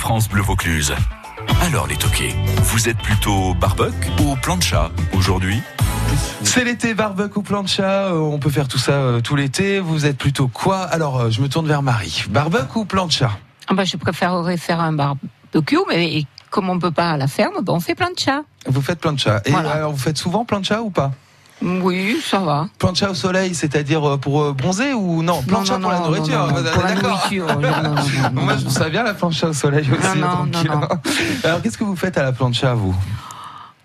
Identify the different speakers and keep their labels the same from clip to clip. Speaker 1: France Bleu Vaucluse. Alors les toqués, vous êtes plutôt barbecue ou plancha aujourd'hui
Speaker 2: C'est l'été, barbecue ou plancha, euh, on peut faire tout ça euh, tout l'été. Vous êtes plutôt quoi Alors, euh, je me tourne vers Marie. Barbecue ou plancha
Speaker 3: Ah bah, je préférerais faire un barbecue, mais comme on peut pas à la ferme, bah, on fait plein de chats.
Speaker 2: Vous faites plancha. Et
Speaker 3: Voilà.
Speaker 2: alors, vous faites souvent plancha ou pas
Speaker 3: Oui, ça va.
Speaker 2: Plancha au soleil, c'est-à-dire euh, pour euh, bronzer ou non Plancha pour la nourriture.
Speaker 3: non, non,
Speaker 2: euh,
Speaker 3: pour la
Speaker 2: D'accord.
Speaker 3: nourriture. non, non, non, non,
Speaker 2: Moi,
Speaker 3: non.
Speaker 2: je trouve ça bien la plancha au soleil aussi.
Speaker 3: non,
Speaker 2: tranquille.
Speaker 3: non, non.
Speaker 2: Alors, qu'est-ce que vous faites à la plancha, vous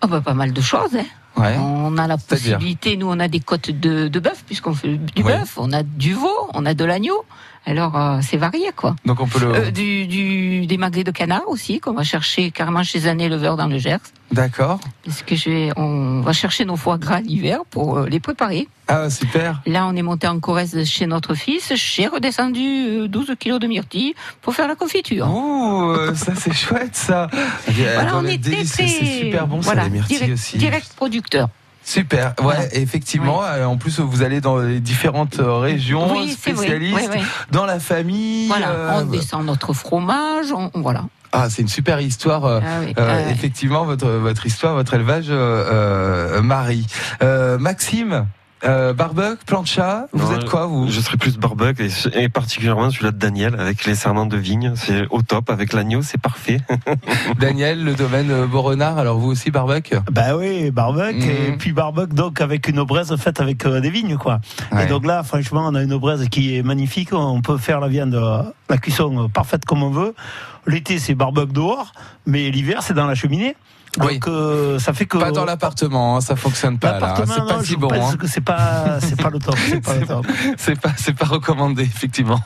Speaker 3: Ah bah, pas mal de choses. hein.
Speaker 2: Ouais.
Speaker 3: On a la
Speaker 2: C'est-à-dire
Speaker 3: possibilité, nous on a des côtes de, de bœuf, puisqu'on fait du
Speaker 2: Ouais.
Speaker 3: bœuf, on a du veau, on a de l'agneau. Alors euh, c'est varié quoi.
Speaker 2: Donc, on peut le.
Speaker 3: Euh, du, du- des magrets de canard aussi, qu'on va chercher carrément chez un éleveur dans le Gers.
Speaker 2: D'accord.
Speaker 3: Parce que je vais- on va chercher nos foie gras l'hiver pour euh, les préparer.
Speaker 2: Ah, super.
Speaker 3: Là, on est monté en Corrèze chez notre fils. J'ai redescendu euh, 12 kilos de myrtilles pour faire la confiture.
Speaker 2: Ouh, euh, ça c'est chouette ça.
Speaker 3: Voilà,
Speaker 2: Attendez,
Speaker 3: on était
Speaker 2: eh, délicieux,
Speaker 3: très-
Speaker 2: C'est super bon
Speaker 3: voilà,
Speaker 2: ça, les myrtilles
Speaker 3: direct,
Speaker 2: aussi.
Speaker 3: direct producteur.
Speaker 2: Super, ouais,
Speaker 3: Voilà.
Speaker 2: effectivement. euh, En plus, vous allez dans les différentes euh, régions,
Speaker 3: oui, c'est vrai.
Speaker 2: spécialistes,
Speaker 3: Ouais, ouais.
Speaker 2: dans la famille.
Speaker 3: Voilà,
Speaker 2: euh,
Speaker 3: on descend notre fromage. On, on- voilà.
Speaker 2: Ah, c'est une super histoire. euh,
Speaker 3: Ah oui,
Speaker 2: euh,
Speaker 3: ouais.
Speaker 2: Effectivement, votre votre histoire, votre élevage, euh, euh, Marie, Euh, Maxime, euh, Barbuck, Plancha. Vous
Speaker 4: Non,
Speaker 2: êtes quoi vous
Speaker 4: Je serais plus barbecue et, ce- et particulièrement celui-là de Daniel avec les serments de vigne. C'est au top. Avec l'agneau, c'est parfait.
Speaker 2: Daniel, le domaine euh, Beaurenard. Alors vous aussi, Barbuck
Speaker 5: Bah oui, barbecue
Speaker 2: Mhm.
Speaker 5: et puis barbecue donc avec une braise faite avec euh, des vignes quoi.
Speaker 2: Ouais.
Speaker 5: Et donc là franchement on a une braise qui est magnifique, on peut faire la viande, euh, la cuisson euh, parfaite comme on veut. L'été c'est barbecue dehors, mais l'hiver c'est dans la cheminée. Donc
Speaker 2: Oui.
Speaker 5: euh, ça fait que
Speaker 2: Pas dans l'appartement, hein, ça fonctionne pas là. hein,
Speaker 5: l'appartement,
Speaker 2: C'est pas
Speaker 5: non,
Speaker 2: si
Speaker 5: je
Speaker 2: bon.
Speaker 5: pense
Speaker 2: hein.
Speaker 5: que c'est pas c'est pas le top, c'est pas le
Speaker 2: C'est
Speaker 5: top.
Speaker 2: C'est pas, c'est pas recommandé effectivement.